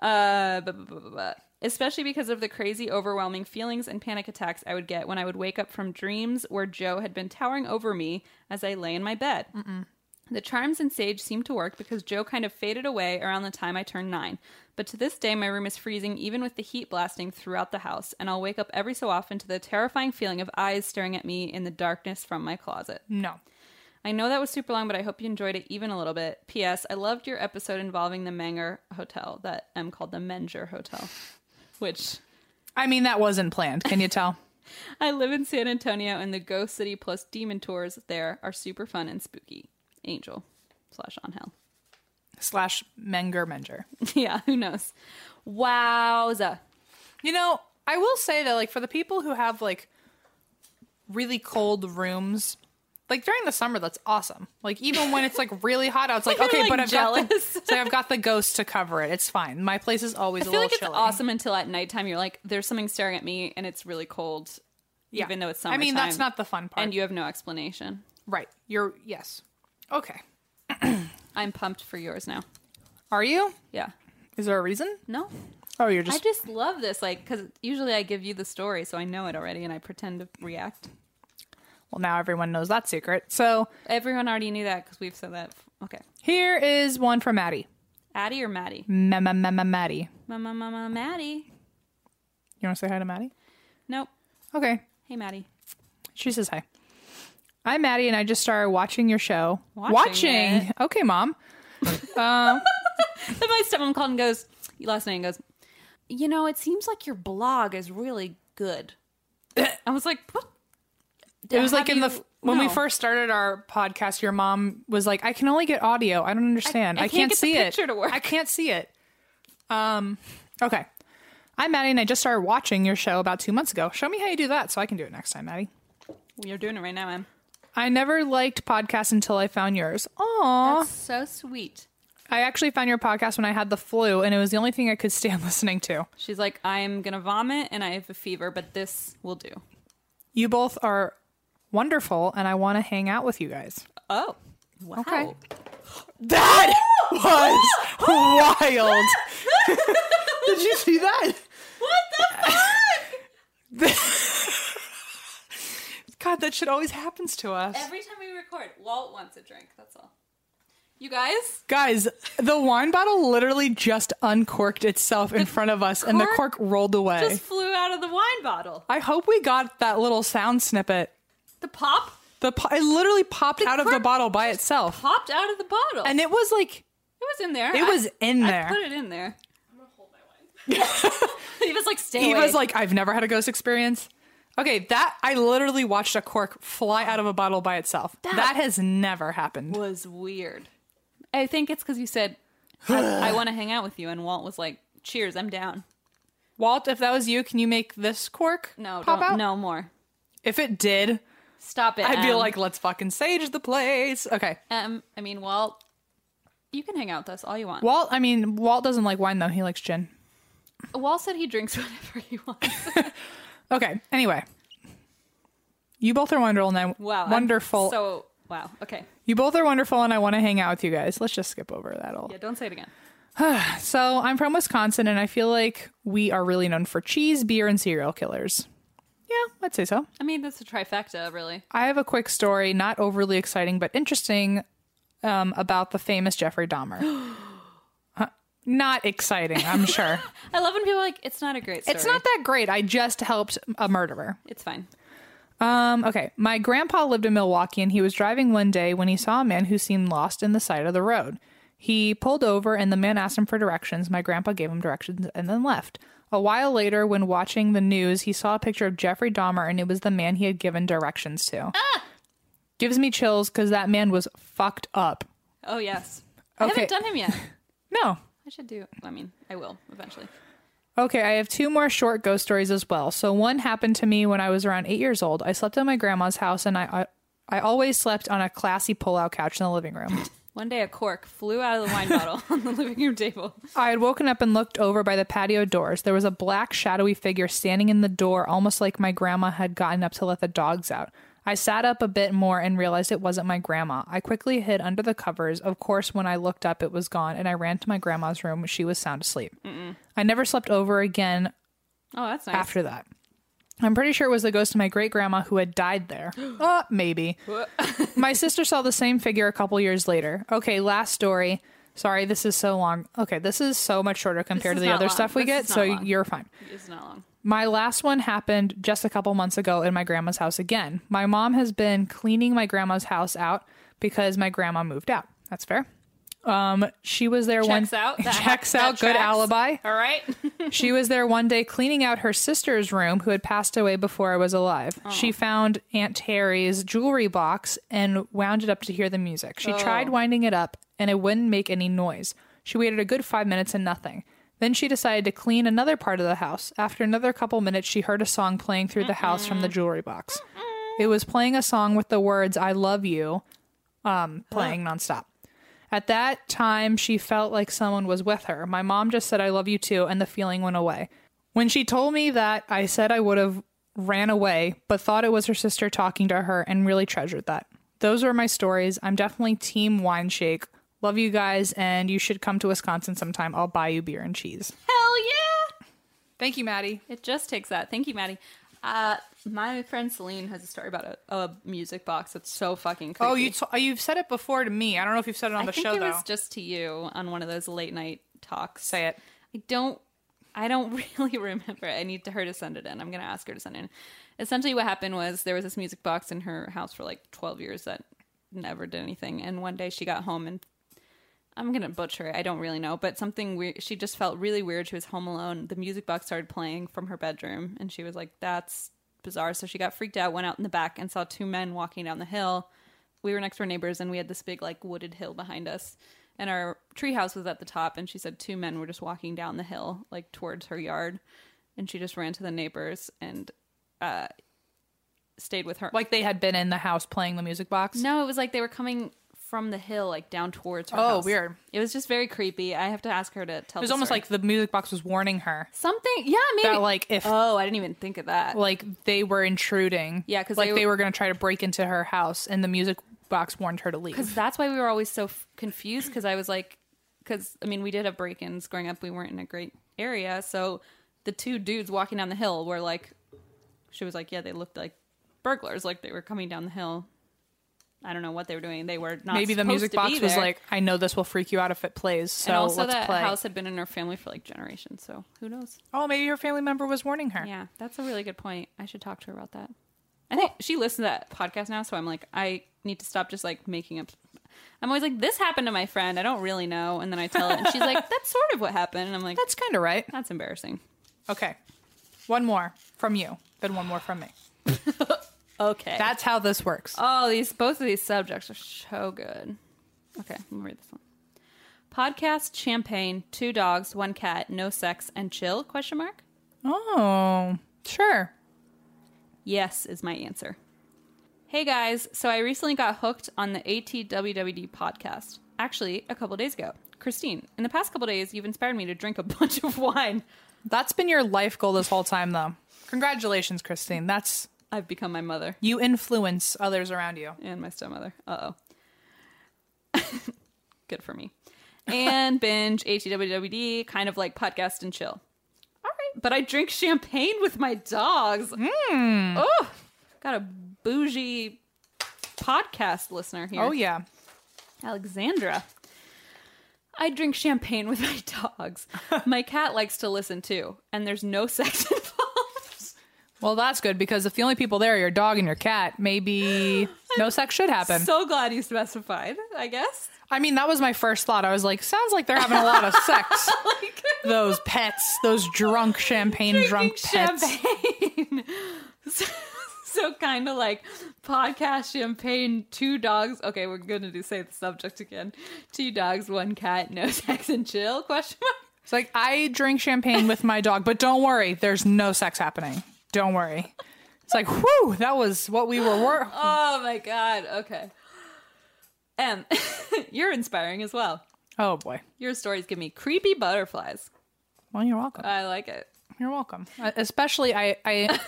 S2: Uh, bu- bu- bu- bu- bu- especially because of the crazy, overwhelming feelings and panic attacks I would get when I would wake up from dreams where Joe had been towering over me as I lay in my bed. The charms and sage seemed to work because Joe kind of faded away around the time I turned nine. But to this day, my room is freezing even with the heat blasting throughout the house, and I'll wake up every so often to the terrifying feeling of eyes staring at me in the darkness from my closet.
S3: No.
S2: I know that was super long, but I hope you enjoyed it even a little bit. P.S. I loved your episode involving the Menger Hotel that M called the Menger Hotel, which
S3: I mean, that wasn't planned. Can you tell?
S2: I live in San Antonio, and the Ghost City plus demon tours there are super fun and spooky. Angel slash on hell.
S3: Slash Menger Menger.
S2: yeah, who knows? Wowza.
S3: You know, I will say that, like, for the people who have, like, really cold rooms, like, during the summer, that's awesome. Like, even when it's, like, really hot out, it's like,
S2: feel,
S3: okay,
S2: like,
S3: but I've got, the,
S2: jealous.
S3: it's like, I've got the ghost to cover it. It's fine. My place is
S2: I
S3: always a
S2: feel
S3: little
S2: like it's
S3: chilly.
S2: awesome until at nighttime you're like, there's something staring at me and it's really cold,
S3: Yeah.
S2: even though it's
S3: I
S2: summertime.
S3: mean, that's not the fun part.
S2: And you have no explanation.
S3: right. You're, yes. Okay.
S2: I'm pumped for yours now.
S3: Are you?
S2: Yeah.
S3: Is there a reason?
S2: No,
S3: Oh, you're
S2: I
S3: just.
S2: just love this. Like, because usually I give you the story, so I know it already, and I pretend to react.
S3: well, now everyone knows that secret. So
S2: Everyone already knew that because we've said that. Okay,
S3: here is one from Maddie.
S2: Addie or Maddie?
S3: Ma- ma- ma- ma- Maddie.
S2: Mama, mama, Maddie.
S3: You want to say hi to Maddie?
S2: Nope.
S3: Okay.
S2: Hey, Maddie.
S3: She says hi. I'm Maddie, and I just started watching your show.
S2: Watching it.
S3: Okay, mom. Um,
S2: Then my stepmom called and goes last night and goes, you know, it seems like your blog is really good. I was like, what?
S3: It was like
S2: Have
S3: in the
S2: you-
S3: f when we
S2: no.
S3: first started our podcast. Your mom was like, "I can only get audio. I don't understand.
S2: I
S3: I,
S2: can't
S3: can't,
S2: get the
S3: see
S2: picture
S3: it.
S2: to work."
S3: I can't see it." Um. Okay. I'm Maddie, and I just started watching your show about two months ago. Show me how you do that, so I can do it next time, Maddie.
S2: You're doing it right now, Em.
S3: I never liked podcasts until I found yours. Aw.
S2: That's so sweet.
S3: I actually found your podcast when I had the flu, and it was the only thing I could stand listening to.
S2: She's like, I'm gonna vomit and I have a fever, but this will do.
S3: You both are wonderful, and I want to hang out with you guys.
S2: Oh, wow.
S3: Okay. That was wild. Did you see that? What the fuck? God, that shit always happens to us.
S2: Every time we record, Walt wants a drink. That's all. You guys,
S3: Guys, the wine bottle literally just uncorked itself in front of us, and the
S2: cork
S3: cork rolled away.
S2: just flew out of the wine bottle.
S3: I hope we got that little sound snippet.
S2: The pop
S3: The po- it literally popped out of the
S2: cork
S3: bottle by itself,
S2: popped out of the bottle,
S3: and it was like
S2: it was in there.
S3: it
S2: I-
S3: was in
S2: I
S3: there.
S2: put it in there. I'm gonna hold my wine. he was like, stay away.
S3: Eva's like, I've never had a ghost experience. Okay, that I literally watched a cork fly out of a bottle by itself. That, has never happened.
S2: was weird. I think it's because you said, I, I want to hang out with you. And Walt was like, cheers, I'm down.
S3: Walt, if that was you, can you make this cork
S2: No,
S3: pop
S2: don't,
S3: out?
S2: no Um, more.
S3: If it did,
S2: Stop it.
S3: I'd be
S2: Em.
S3: like, let's fucking sage the place. Okay,
S2: Em, I mean, Walt, you can hang out with us all you want.
S3: Walt. I mean, Walt doesn't like wine though. He likes gin.
S2: Walt said he drinks whatever he wants.
S3: Okay. Anyway, you both are wonderful, and I
S2: Wow. I'm
S3: wonderful.
S2: So, wow. Okay.
S3: you both are wonderful, and I want to hang out with you guys. Let's just skip over that all.
S2: Yeah, don't say it again.
S3: So I'm from Wisconsin, and I feel like we are really known for cheese, beer, and serial killers. Yeah, I'd say so.
S2: I mean, that's a trifecta, really.
S3: I have a quick story, not overly exciting but interesting, um, about the famous Jeffrey Dahmer. Huh? not exciting, I'm sure.
S2: I love when people are like, it's not a great story.
S3: it's not that great. I just helped a murderer.
S2: It's fine.
S3: Um, okay. My grandpa lived in Milwaukee and he was driving one day when he saw a man who seemed lost in the side of the road. He pulled over and the man asked him for directions. My grandpa gave him directions and then left. A while later, when watching the news, he saw a picture of Jeffrey Dahmer and it was the man he had given directions to. Gives me chills because that man was fucked up.
S2: Oh, yes. I
S3: Okay.
S2: haven't done him yet.
S3: No.
S2: I should do, I mean, I will eventually.
S3: Okay, I have two more short ghost stories as well. So one happened to me when I was around eight years old. I slept in my grandma's house and I I, I always slept on a classy pull-out couch in the living room.
S2: One day, a cork flew out of the wine bottle on the living room table.
S3: I had woken up and looked over by the patio doors. There was a black, shadowy figure standing in the door, almost like my grandma had gotten up to let the dogs out. I sat up a bit more and realized it wasn't my grandma. I quickly hid under the covers. Of course, when I looked up, it was gone, and I ran to my grandma's room. She was sound asleep. I never slept over again
S2: Oh, that's nice.
S3: after that. I'm pretty sure it was the ghost of my great grandma who had died there. uh, maybe. my sister saw the same figure a couple years later. Okay, last story. Sorry, this is so long. Okay, this is so much shorter compared
S2: is
S3: to the
S2: not
S3: other
S2: long.
S3: stuff we
S2: This
S3: get,
S2: is not
S3: so
S2: long.
S3: you're fine.
S2: It's not long.
S3: My last one happened just a couple months ago in my grandma's house again. My mom has been cleaning my grandma's house out because my grandma moved out. That's fair. Um, she was there
S2: Checks
S3: once.
S2: out. That-
S3: checks
S2: that
S3: out. Good
S2: tracks.
S3: alibi.
S2: All right.
S3: She was there one day cleaning out her sister's room, who had passed away before I was alive. She found Aunt Terry's jewelry box and wound it up to hear the music. She tried winding it up, and it wouldn't make any noise. She waited a good five minutes and nothing. Then she decided to clean another part of the house. After another couple minutes, she heard a song playing through the house from the jewelry box. It was playing a song with the words, I love you, um, playing nonstop. At that time, she felt like someone was with her. My mom just said, I love you too, and the feeling went away. When she told me that, I said I would have ran away, but thought it was her sister talking to her and really treasured that. Those were my stories. I'm definitely Team Wine Shake. Love you guys, and you should come to Wisconsin sometime. I'll buy you beer and cheese.
S2: Hell yeah.
S3: Thank you, Maddie.
S2: It just takes that. Thank you, Maddie. Uh, my friend Celine has a story about a, a music box that's so fucking creepy.
S3: Oh, you t- you've said it before to me. I don't know if you've said it on
S2: I
S3: the
S2: think
S3: show
S2: it
S3: though.
S2: was just to you on one of those late night talks.
S3: Say it.
S2: I don't. I don't really remember. I need to her to send it in. I'm gonna ask her to send it in. Essentially, what happened was there was this music box in her house for like 12 years that never did anything. And one day she got home and I'm gonna butcher it. I don't really know, but something weird. She just felt really weird. She was home alone. The music box started playing from her bedroom, and she was like, "That's bizarre." So she got freaked out, went out in the back, and saw two men walking down the hill. We were next door neighbors, and we had this big like wooded hill behind us, and our treehouse was at the top. And she said two men were just walking down the hill, like towards her yard, and she just ran to the neighbors and uh, stayed with her.
S3: Like they had been in the house playing the music box.
S2: No, it was like they were coming from the hill, like down towards her.
S3: Oh,
S2: house.
S3: weird.
S2: It was just very creepy. I have to ask her to tell.
S3: It was almost like the music box was warning her
S2: something. Yeah, maybe.
S3: that like if
S2: oh, I didn't even think of that.
S3: like they were intruding.
S2: Yeah, 'cause
S3: like
S2: they
S3: they,
S2: were-
S3: were going to try to break into her house, and the music box warned her to
S2: Because
S3: leave.
S2: that's why we were always so f- confused. Because I was like, because I mean, we did have break-ins growing up. We weren't in a great area, so the two dudes walking down the hill were like, she was like, yeah, they looked like burglars, like they were coming down the hill. I don't know what they were doing. They were not.
S3: Maybe the
S2: supposed
S3: music
S2: to be
S3: box was
S2: there.
S3: like, "I know this will freak you out if it plays, so
S2: and also
S3: let's
S2: that
S3: play."
S2: house had been in her family for like generations, so who knows?
S3: Oh, maybe her family member was warning her.
S2: Yeah, that's a really good point. I should talk to her about that. I think she listens to that podcast now, so I'm like, I need to stop just like making up. I'm always like, this happened to my friend. I don't really know, and then I tell it, and she's like, that's sort of what happened, and I'm like, that's
S3: That's kind of right.
S2: that's embarrassing.
S3: Okay, one more from you, then one more from me.
S2: Okay.
S3: That's how this works.
S2: Oh, these both of these subjects are so good. Okay, let me read this one. Podcast champagne, two dogs, one cat, no sex, and chill? Question mark.
S3: oh, sure.
S2: Yes is my answer. Hey guys, so I recently got hooked on the ATWWD podcast. Actually, a couple days ago. Christine, in the past couple days, you've inspired me to drink a bunch of wine.
S3: That's been your life goal this whole time, though. Congratulations, Christine. That's
S2: I've become my mother
S3: you influence others around you.
S2: and my stepmother. Uh oh. Good for me. And binge ATWWD, kind of like podcast and chill. All right, but I drink champagne with my dogs. Oh, got a bougie podcast listener here.
S3: Oh yeah.
S2: Alexandra. I drink champagne with my dogs. my cat likes to listen too, and there's no sex involved.
S3: Well, that's good because if the only people there are your dog and your cat, maybe no sex should happen.
S2: so glad you specified, I guess.
S3: I mean, that was my first thought. I was like, sounds like they're having a lot of sex.
S2: Like
S3: those pets, those drunk champagne drunk pets.
S2: champagne. so kind of like podcast champagne, two dogs. Okay, we're gonna do say the subject again. Two dogs, one cat, no sex and chill question mark.
S3: It's like I drink champagne with my dog, but don't worry, there's no sex happening. Don't worry. It's like, whew, that was what we were. wor-
S2: Oh my god. Okay. Em, you're inspiring as well.
S3: oh boy.
S2: Your stories give me creepy butterflies.
S3: Well, you're welcome.
S2: I like it.
S3: You're welcome. Uh, Especially, I, I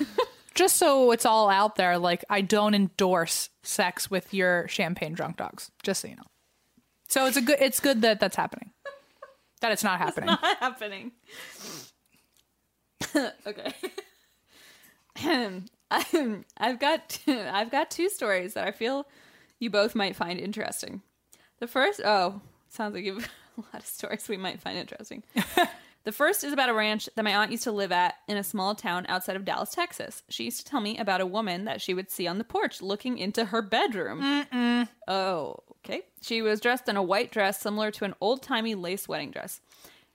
S3: just so it's all out there. Like, I don't endorse sex with your champagne drunk dogs. Just so you know. So it's a good. It's good that that's happening. That it's not happening.
S2: Not happening. okay. I've got I've got two stories that I feel you both might find interesting. The first, oh, sounds like you've a lot of stories we might find interesting. the first is about a ranch that my aunt used to live at in a small town outside of Dallas, Texas. She used to tell me about a woman that she would see on the porch looking into her bedroom. Oh, okay. She was dressed in a white dress similar to an old timey lace wedding dress.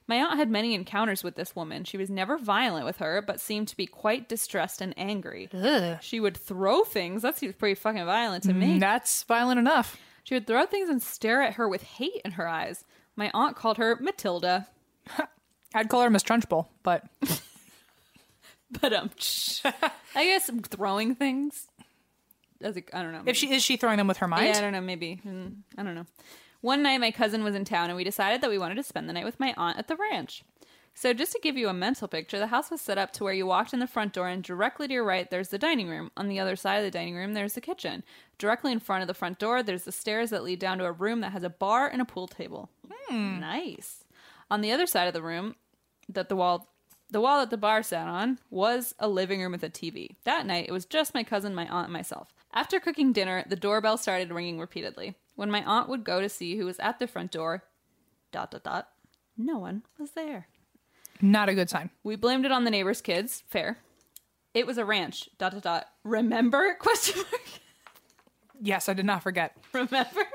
S2: My aunt had many encounters with this woman. She was never violent with her, but seemed to be quite distressed and angry. She would throw things. That seems pretty fucking violent to me.
S3: That's violent enough.
S2: She would throw things and stare at her with hate in her eyes. My aunt called her Matilda.
S3: I'd call her Miss Trunchbull, but
S2: But um, I guess throwing things. As a, I don't know.
S3: if she is she throwing them with her mind?
S2: Yeah, I don't know. Maybe. Mm, I don't know. One night, my cousin was in town, and we decided that we wanted to spend the night with my aunt at the ranch. So, just to give you a mental picture, the house was set up to where you walked in the front door, and directly to your right, there's the dining room. On the other side of the dining room, there's the kitchen. Directly in front of the front door, there's the stairs that lead down to a room that has a bar and a pool table. Nice. On the other side of the room, that the wall the wall that the bar sat on was a living room with a TV. That night, it was just my cousin, my aunt, and myself. After cooking dinner, the doorbell started ringing repeatedly. When my aunt would go to see who was at the front door, dot dot dot, no one was there.
S3: Not a good sign.
S2: We blamed it on the neighbor's kids. Fair. It was a ranch. Dot dot dot. Remember? Question mark.
S3: Yes, I did not forget.
S2: Remember?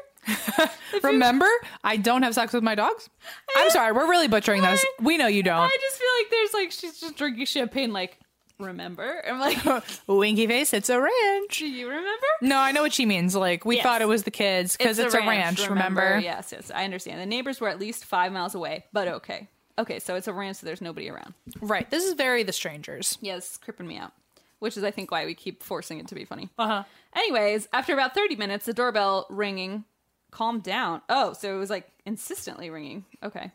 S3: Remember, I don't have sex with my dogs. I'm sorry, we're really butchering this. We know you don't.
S2: I just feel like there's like she's just drinking champagne. Like, remember? I'm like,
S3: Winky face, it's a ranch.
S2: do you remember?
S3: No, I know what she means. Like we
S2: Yes.
S3: thought it was the kids because it's, a ranch. remember?
S2: Yes, yes, I understand. The neighbors were at least five miles away, but okay. Okay, so it's a ranch, so there's nobody around.
S3: Right. This is very the strangers.
S2: Yeah, this is creeping me out, which is, I think, why we keep forcing it to be funny. Uh
S3: Uh-huh.
S2: huh. Anyways, after about 30 minutes, the doorbell ringing calmed down. Oh, so it was like insistently ringing. Okay.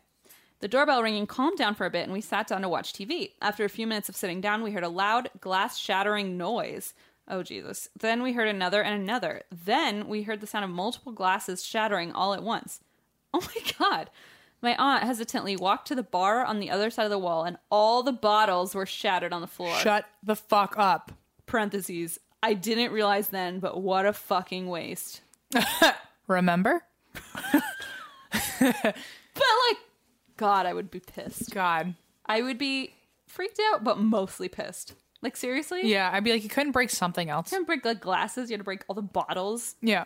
S2: The doorbell ringing calmed down for a bit, and we sat down to watch TV. After a few minutes of sitting down, we heard a loud glass shattering noise. Oh, Jesus. Then we heard another and another. Then we heard the sound of multiple glasses shattering all at once. Oh my God. My aunt hesitantly walked to the bar on the other side of the wall, and all the bottles were shattered on the floor.
S3: Shut the fuck up.
S2: Parentheses. I didn't realize then, but what a fucking waste.
S3: Remember?
S2: But like, God, I would be pissed.
S3: God.
S2: I would be freaked out, but mostly pissed. Like seriously?
S3: Yeah, I'd be like, you couldn't break something else.
S2: You had to break like glasses. You had to break all the bottles.
S3: Yeah.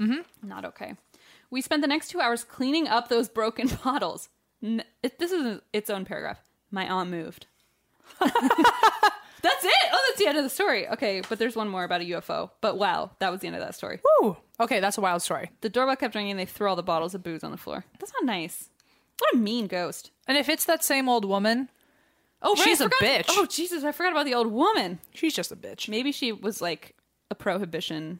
S2: Not okay. We spent the next two hours cleaning up those broken bottles. N- it, this is its own paragraph. My aunt moved. that's it. Oh, that's the end of the story. Okay, but there's one more about a UFO. But wow, that was the end of that story.
S3: Woo. Okay, that's a wild story.
S2: The doorbell kept ringing. and They threw all the bottles of booze on the floor. That's not nice. What a mean ghost.
S3: And if it's that same old woman,
S2: Oh, right, I
S3: She's a
S2: forgot-
S3: bitch.
S2: Oh Jesus, I forgot about the old woman.
S3: she's just a bitch.
S2: Maybe she was like a prohibition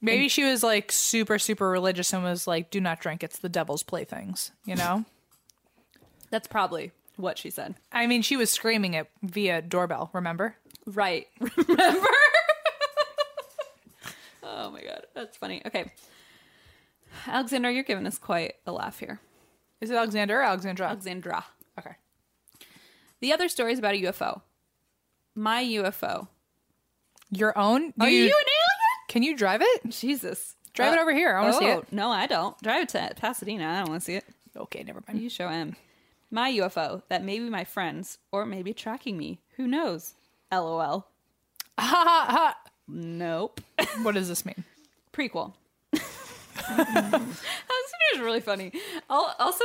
S3: Maybe she was like super, super religious and was like, do not drink. It's the devil's playthings, you know?
S2: That's probably what she said.
S3: I mean, she was screaming it via doorbell, remember?
S2: Right. Remember? oh my god, that's funny. Okay. Alexander, you're giving us quite a laugh here.
S3: Is it Alexander or Alexandra?
S2: Alexandra.
S3: Okay.
S2: The other story is about a UFO. My UFO.
S3: Your own? Do
S2: Are you, an alien?
S3: Can you drive it?
S2: Jesus.
S3: Drive it over here. I wanna see it.
S2: No, I don't. Drive it to Pasadena. I don't want to see it.
S3: Okay, never mind.
S2: You show him. My UFO that may be my friends or maybe tracking me. Who knows? LOL.
S3: Ha
S2: Nope.
S3: ha ha. What does this mean?
S2: prequel. That's is really funny. Al- Also,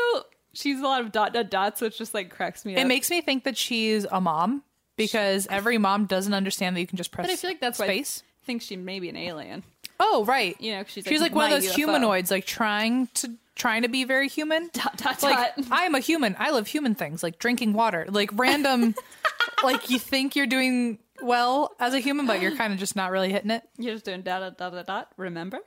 S2: she's a lot of dot dot dots, which just like cracks me up.
S3: It makes me think that she's a mom because every mom doesn't understand that you can just press.
S2: but I feel like that's why
S3: space.
S2: I think she may be an alien.
S3: oh, right.
S2: You know, 'cause she's
S3: she's like,
S2: like,
S3: one of
S2: "My
S3: those
S2: UFO."
S3: humanoids, like trying to trying to be very human.
S2: Dot dot
S3: Like
S2: dot.
S3: I am a human. I love human things, like drinking water, like random. like you think you're doing well as a human, but you're kind of just not really hitting it.
S2: You're just doing dot dot dot dot dot. Remember?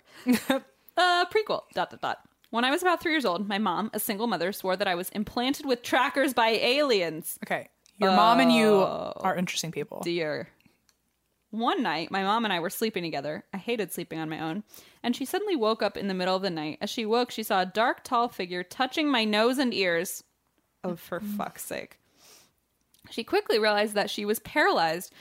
S2: uh, prequel. Dot dot dot. When I was about three years old, my mom, a single mother, swore that I was implanted with trackers by aliens.
S3: Okay, your mom and you
S2: Oh.
S3: are interesting people.
S2: dear. One night, my mom and I were sleeping together. I hated sleeping on my own. And she suddenly woke up in the middle of the night. As she woke, she saw a dark, tall figure touching my nose and ears. Oh, for fuck's sake. She quickly realized that she was paralyzed.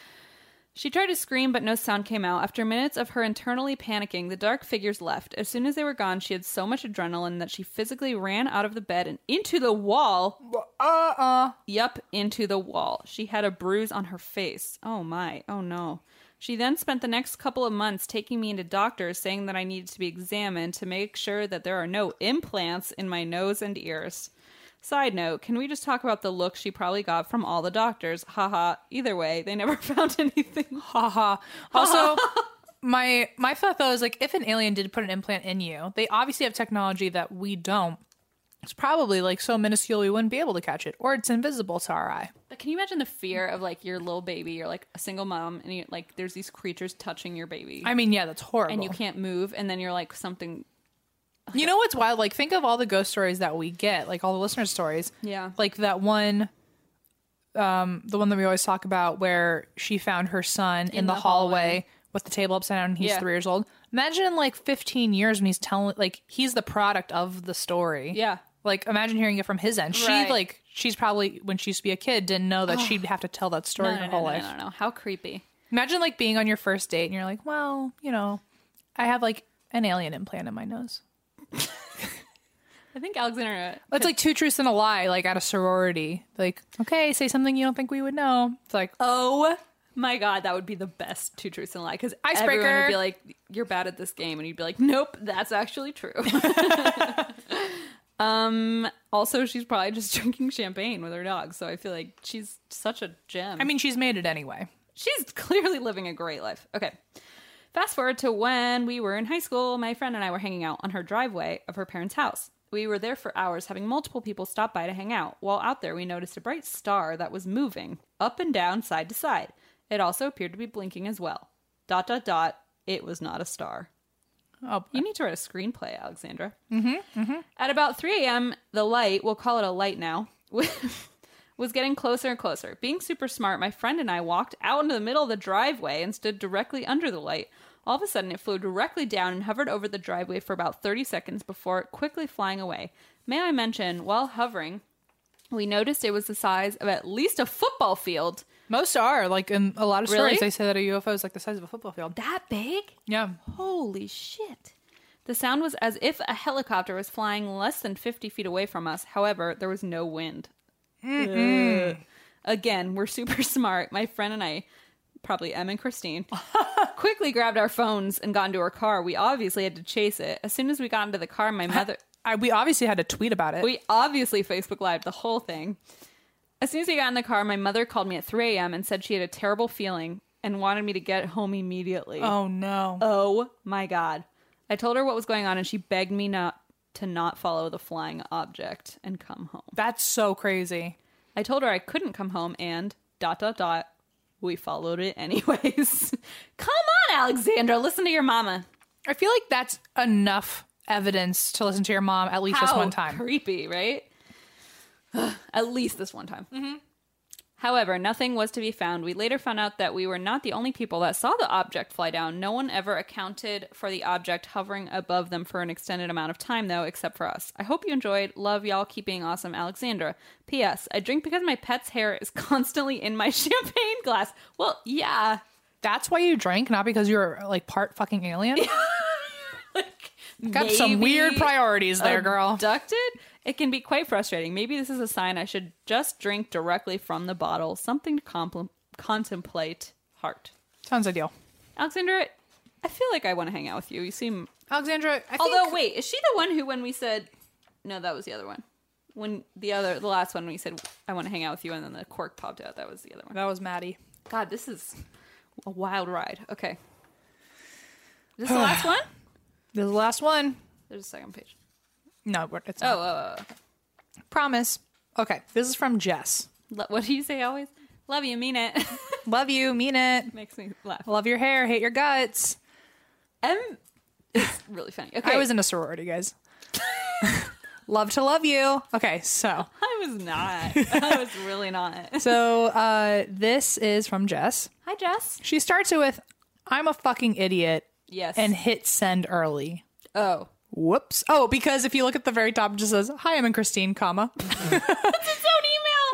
S2: She tried to scream, but no sound came out. After minutes of her internally panicking, the dark figures left. As soon as they were gone, she had so much adrenaline that she physically ran out of the bed and into the wall.
S3: Uh-uh.
S2: Yup, into the wall. She had a bruise on her face. Oh my, oh no. She then spent the next couple of months taking me into doctors saying that I needed to be examined to make sure that there are no implants in my nose and ears. Side note, can we just talk about the look she probably got from all the doctors? Haha. Either way, they never found anything.
S3: Haha. Also, my my thought though is like if an alien did put an implant in you, they obviously have technology that we don't. It's probably like so minuscule we wouldn't be able to catch it, or it's invisible to our eye.
S2: But can you imagine the fear of like your little baby? You're like a single mom, and you, like there's these creatures touching your baby,
S3: I mean, yeah, that's horrible.
S2: and you can't move, and then you're like something.
S3: You know what's wild? Like, think of all the ghost stories that we get, like all the listener stories.
S2: Yeah.
S3: Like that one, um, the one that we always talk about where she found her son in, the,
S2: the
S3: hallway,
S2: hallway.
S3: with the table upside down and he's
S2: Yeah.
S3: three years old. Imagine in like 15 years when he's telling, like, he's the product of the story.
S2: Yeah.
S3: Like, imagine hearing it from his end.
S2: Right.
S3: She, like, she's probably, when she used to be a kid, didn't know that she'd have to tell that story
S2: No,
S3: her
S2: no,
S3: whole
S2: no, no,
S3: life.
S2: no, no. How creepy.
S3: Imagine, like, being on your first date and you're like, well, you know, I have like an alien implant in my nose.
S2: I think Alexander.
S3: It's like two truths and a lie, like at a sorority. Like, okay, say something you don't think we would know. It's like,
S2: Oh my god, that would be the best two truths and a lie. Because everyone
S3: Icebreaker.
S2: would be like, "You're bad at this game," and you'd be like, "Nope, that's actually true." um. Also, she's probably just drinking champagne with her dog, so I feel like she's such a gem.
S3: I mean, she's made it anyway.
S2: she's clearly living a great life. Okay. Fast forward to when we were in high school, my friend and I were hanging out on her driveway of her parents' house. We were there for hours, having multiple people stop by to hang out. While out there, we noticed a bright star that was moving up and down, side to side. It also appeared to be blinking as well. Dot, dot, dot. It was not a star.
S3: Oh,
S2: You need to write a screenplay, Alexandra. Mm-hmm, At about 3 a.m., the light, we'll call it a light now, was getting closer and closer. Being super smart, my friend and I walked out into the middle of the driveway and stood directly under the light. All of a sudden, it flew directly down and hovered over the driveway for about 30 seconds before quickly flying away. May I mention, while hovering, we noticed it was the size of at least a football field.
S3: most are like in a lot of stories.
S2: Really?
S3: They say that a UFO is like the size of a football field.
S2: That big?
S3: Yeah,
S2: Holy shit. The sound was as if a helicopter was flying less than 50 feet away from us. However, there was no wind. Ugh. Again, we're super smart. My friend and I, probably Em and Christine, quickly grabbed our phones and got into our car. We obviously had to chase it. As soon as we got into the car, my mother.
S3: I, we obviously had to tweet about it.
S2: We obviously Facebook Live the whole thing. As soon as we got in the car, my mother called me at 3 a.m. and said she had a terrible feeling and wanted me to get home immediately.
S3: oh no!
S2: Oh my god. I told her what was going on and she begged me not to not follow the flying object and come home.
S3: That's so crazy.
S2: I told her I couldn't come home and dot dot dot we followed it anyways. come on, Alexandra, listen to your mama.
S3: I feel like that's enough evidence to listen to your mom at least this
S2: How
S3: one time.
S2: Creepy, right? At least this one time.
S3: Mm-hmm.
S2: However, nothing was to be found. We later found out that we were not the only people that saw the object fly down. No one ever accounted for the object hovering above them for an extended amount of time, though, except for us. I hope you enjoyed. Love y'all. Keep being awesome, Alexandra. P.S. I drink because my pet's hair is constantly in my champagne glass. Well, yeah.
S3: that's why you drank, not because you're like part fucking alien.
S2: Like,
S3: Got some weird
S2: maybe-
S3: priorities there, girl.
S2: abducted? It can be quite frustrating. Maybe this is a sign I should just drink directly from the bottle. Something to compl- contemplate. Heart.
S3: Sounds ideal.
S2: Alexandra, I feel like I want to hang out with you. You seem.
S3: Alexandra, I think
S2: Although, wait, is she the one who, when we said, no, that was the other one. When the other, the last one, we said, I want to hang out with you, and then the cork popped out. That was the other one.
S3: that was Maddie.
S2: God, this is a wild ride. Okay. This is the last one?
S3: This is the last one.
S2: There's a second page.
S3: No, we're- it's
S2: Oh,
S3: not.
S2: oh, oh, oh.
S3: Promise. Okay, this is from Jess.
S2: Lo- what do you say always? Love you, mean it.
S3: Love you, mean it.
S2: Makes me laugh.
S3: Love your hair, hate your guts.
S2: M is really funny. Okay,
S3: I was in a sorority, guys. love to love you. Okay, so
S2: I was not. I was really not.
S3: so uh, this is from Jess.
S2: Hi, Jess.
S3: She starts it with, "I'm a fucking idiot,"
S2: Yes.
S3: and hit send early.
S2: oh,
S3: Whoops. Oh, because if you look at the very top, it just says, "Hi, I'm in Christine, comma."
S2: it's his own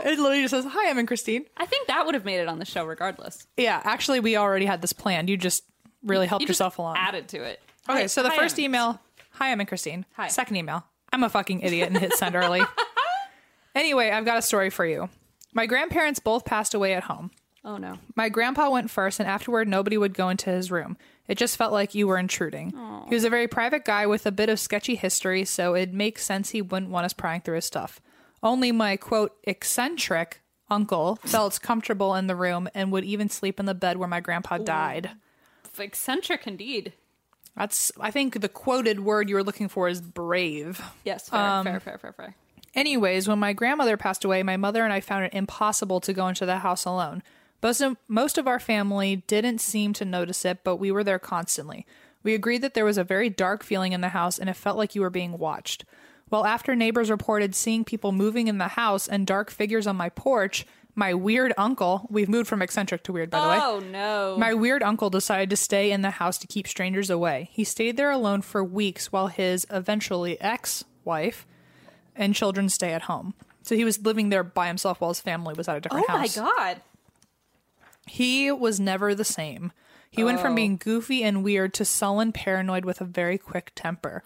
S3: It literally just says, Hi, I'm Christine.
S2: I think that would have made it on the show regardless.
S3: Yeah, actually, we already had this planned. You just really helped
S2: You just
S3: yourself along.
S2: added to it.
S3: okay,
S2: Hi-
S3: so the
S2: hi,
S3: first
S2: I'm-
S3: email, Hi, I'm Christine.
S2: Hi.
S3: Second email, I'm a fucking idiot and hit send early. anyway, I've got a story for you. My grandparents both passed away at home.
S2: Oh no.
S3: My grandpa went first, and afterward, nobody would go into his room. It just felt like you were intruding. He was a very private guy with a bit of sketchy history, so it makes sense he wouldn't want us prying through his stuff. Only my quote eccentric uncle felt comfortable in the room and would even sleep in the bed where my grandpa died.
S2: Eccentric indeed.
S3: That's, I think, the quoted word you were looking for is brave.
S2: Yes, fair,
S3: Um,
S2: fair, fair, fair, fair.
S3: Anyways, when my grandmother passed away, my mother and I found it impossible to go into the house alone. Most of, most of our family didn't seem to notice it, but we were there constantly. We agreed that there was a very dark feeling in the house and it felt like you were being watched. Well, after neighbors reported seeing people moving in the house and dark figures on my porch, my weird uncle, we've moved from eccentric to weird, by the way.
S2: Oh no.
S3: My weird uncle decided to stay in the house to keep strangers away. He stayed there alone for weeks while his eventually ex wife and children stay at home. So he was living there by himself while his family was at a different
S2: oh my
S3: house.
S2: god.
S3: He was never the same. He went from being goofy and weird to sullen, paranoid with a very quick temper.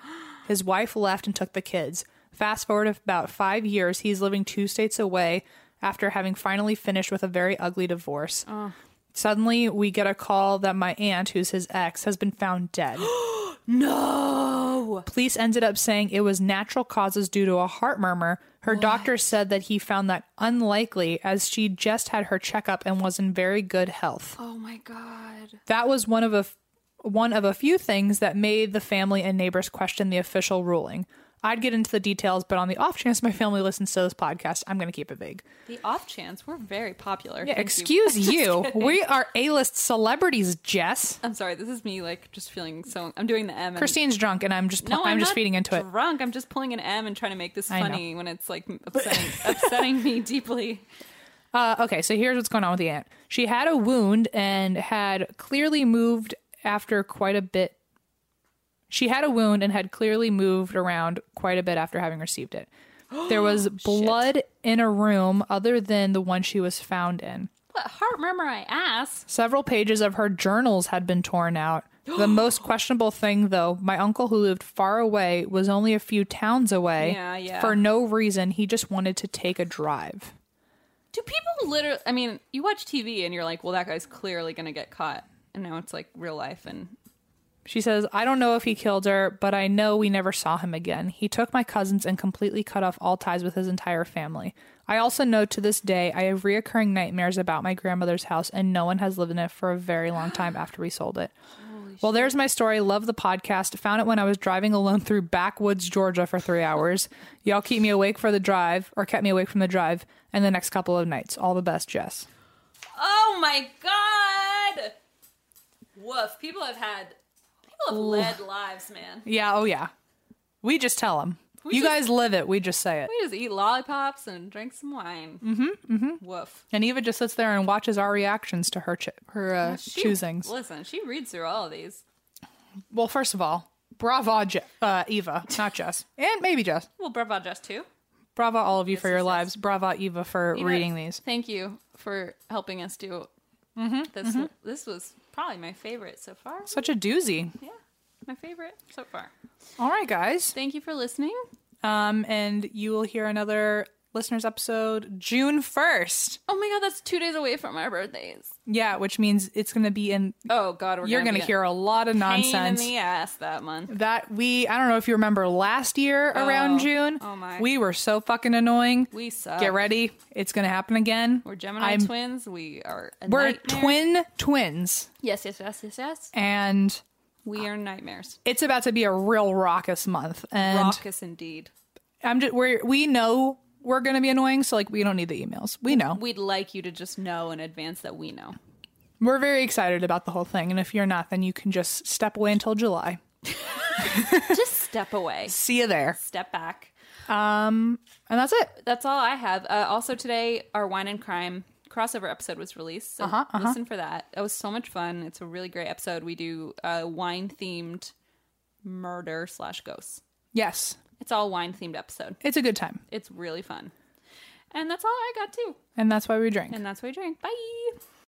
S3: His wife left and took the kids. Fast forward about five years, he's living two states away after having finally finished with a very ugly divorce. Suddenly, we get a call that my aunt, who's his ex, has been found dead.
S2: No.
S3: Police ended up saying it was natural causes due to a heart murmur. Her doctor said that he found that unlikely as she just had her checkup and was in very good health
S2: Oh my god.
S3: that was one of a one of a few things that made the family and neighbors question the official ruling. I'd get into the details, but on the off chance my family listens to this podcast, I'm going to keep it vague.
S2: The off chance we're very popular. Thank you.
S3: Excuse you. We are A-list celebrities, Jess.
S2: I'm sorry. This is me like just feeling so. I'm doing the M. And,
S3: Christine's drunk and I'm just
S2: Um, No,
S3: I'm,
S2: I'm,
S3: just
S2: not
S3: feeding into it.
S2: Drunk. I'm just pulling an M and trying to make this
S3: I know.
S2: funny when it's like upsetting, upsetting me deeply.
S3: Uh, okay, so here's what's going on with the aunt. She had a wound and had clearly moved after quite a bit. She had a wound and had clearly moved around quite a bit after having received it. There was blood in a room other than the one she was found in.
S2: What heart murmur? I ass.
S3: Several pages of her journals had been torn out. The most questionable thing, though, my uncle who lived far away was only a few towns away.
S2: Yeah, yeah.
S3: For no reason, he just wanted to take a drive.
S2: Do people literally? I mean, you watch TV and you're like, well, that guy's clearly gonna get caught, and now it's like real life and
S3: She says, I don't know if he killed her, but I know we never saw him again. He took my cousins and completely cut off all ties with his entire family. I also know to this day I have reoccurring nightmares about my grandmother's house, and no one has lived in it for a very long time after we sold it. well, there's my story. Love the podcast. Found it when I was driving alone through backwoods Georgia for three hours. Y'all keep me awake for the drive, or kept me awake from the drive, and the next couple of nights. All the best, Jess.
S2: Oh my god! Woof. People have had people have led lives, man. We
S3: Yeah, oh yeah. We just tell them. you
S2: just-
S3: guys live it. We just say it.
S2: just eat lollipops and drink some wine. Mm-hmm. Mm-hmm. Woof.
S3: And Eva just sits there and watches our reactions to her ch- her uh,
S2: She-
S3: choosings.
S2: Listen, she reads through all of these.
S3: Well, first of all, bravo, Je- uh, Eva, not Jess, and maybe Jess.
S2: Well, bravo, Jess too.
S3: Bravo, all of you for your lives. Bravo, Eva, for
S2: You know,
S3: reading these.
S2: Thank you for helping us do this. This was probably my favorite so far.
S3: Such a doozy.
S2: Yeah, my favorite so far.
S3: All right, guys.
S2: Thank you for listening.
S3: Um, and you will hear another listeners episode June first.
S2: Oh my god, that's two days away from our birthdays.
S3: Yeah, which means it's going to be in.
S2: Oh god, we're
S3: You're
S2: gonna,
S3: going to
S2: be
S3: hear a lot of
S2: a pain
S3: nonsense.
S2: in the ass that month.
S3: that we, I don't know if you remember last year around June.
S2: oh my.
S3: We were so fucking annoying.
S2: We suck.
S3: Get ready. It's going to happen again.
S2: We're Gemini
S3: I'm-
S2: twins. We are. A
S3: We're
S2: nightmare.
S3: twin twins,
S2: Yes, yes, yes, yes, yes.
S3: and
S2: We are nightmares.
S3: it's about to be a real raucous month. And
S2: Raucous indeed.
S3: I'm just we we know we're gonna be annoying, so like we don't need the emails. We know
S2: We'd like you to just know in advance that we know.
S3: we're very excited about the whole thing, and if you're not, then you can just step away until July.
S2: just step away.
S3: See you there,
S2: Step back.
S3: and that's it.
S2: That's all I have. Uh, also today, our wine and crime crossover episode was released. So listen for that. That was so much fun. It's a really great episode. We do uh, wine themed murder slash ghosts.
S3: Yes,
S2: It's all wine themed episode.
S3: it's a good time.
S2: It's really fun. And that's all I got too.
S5: And that's why we drink.
S2: And that's what we drink. Bye.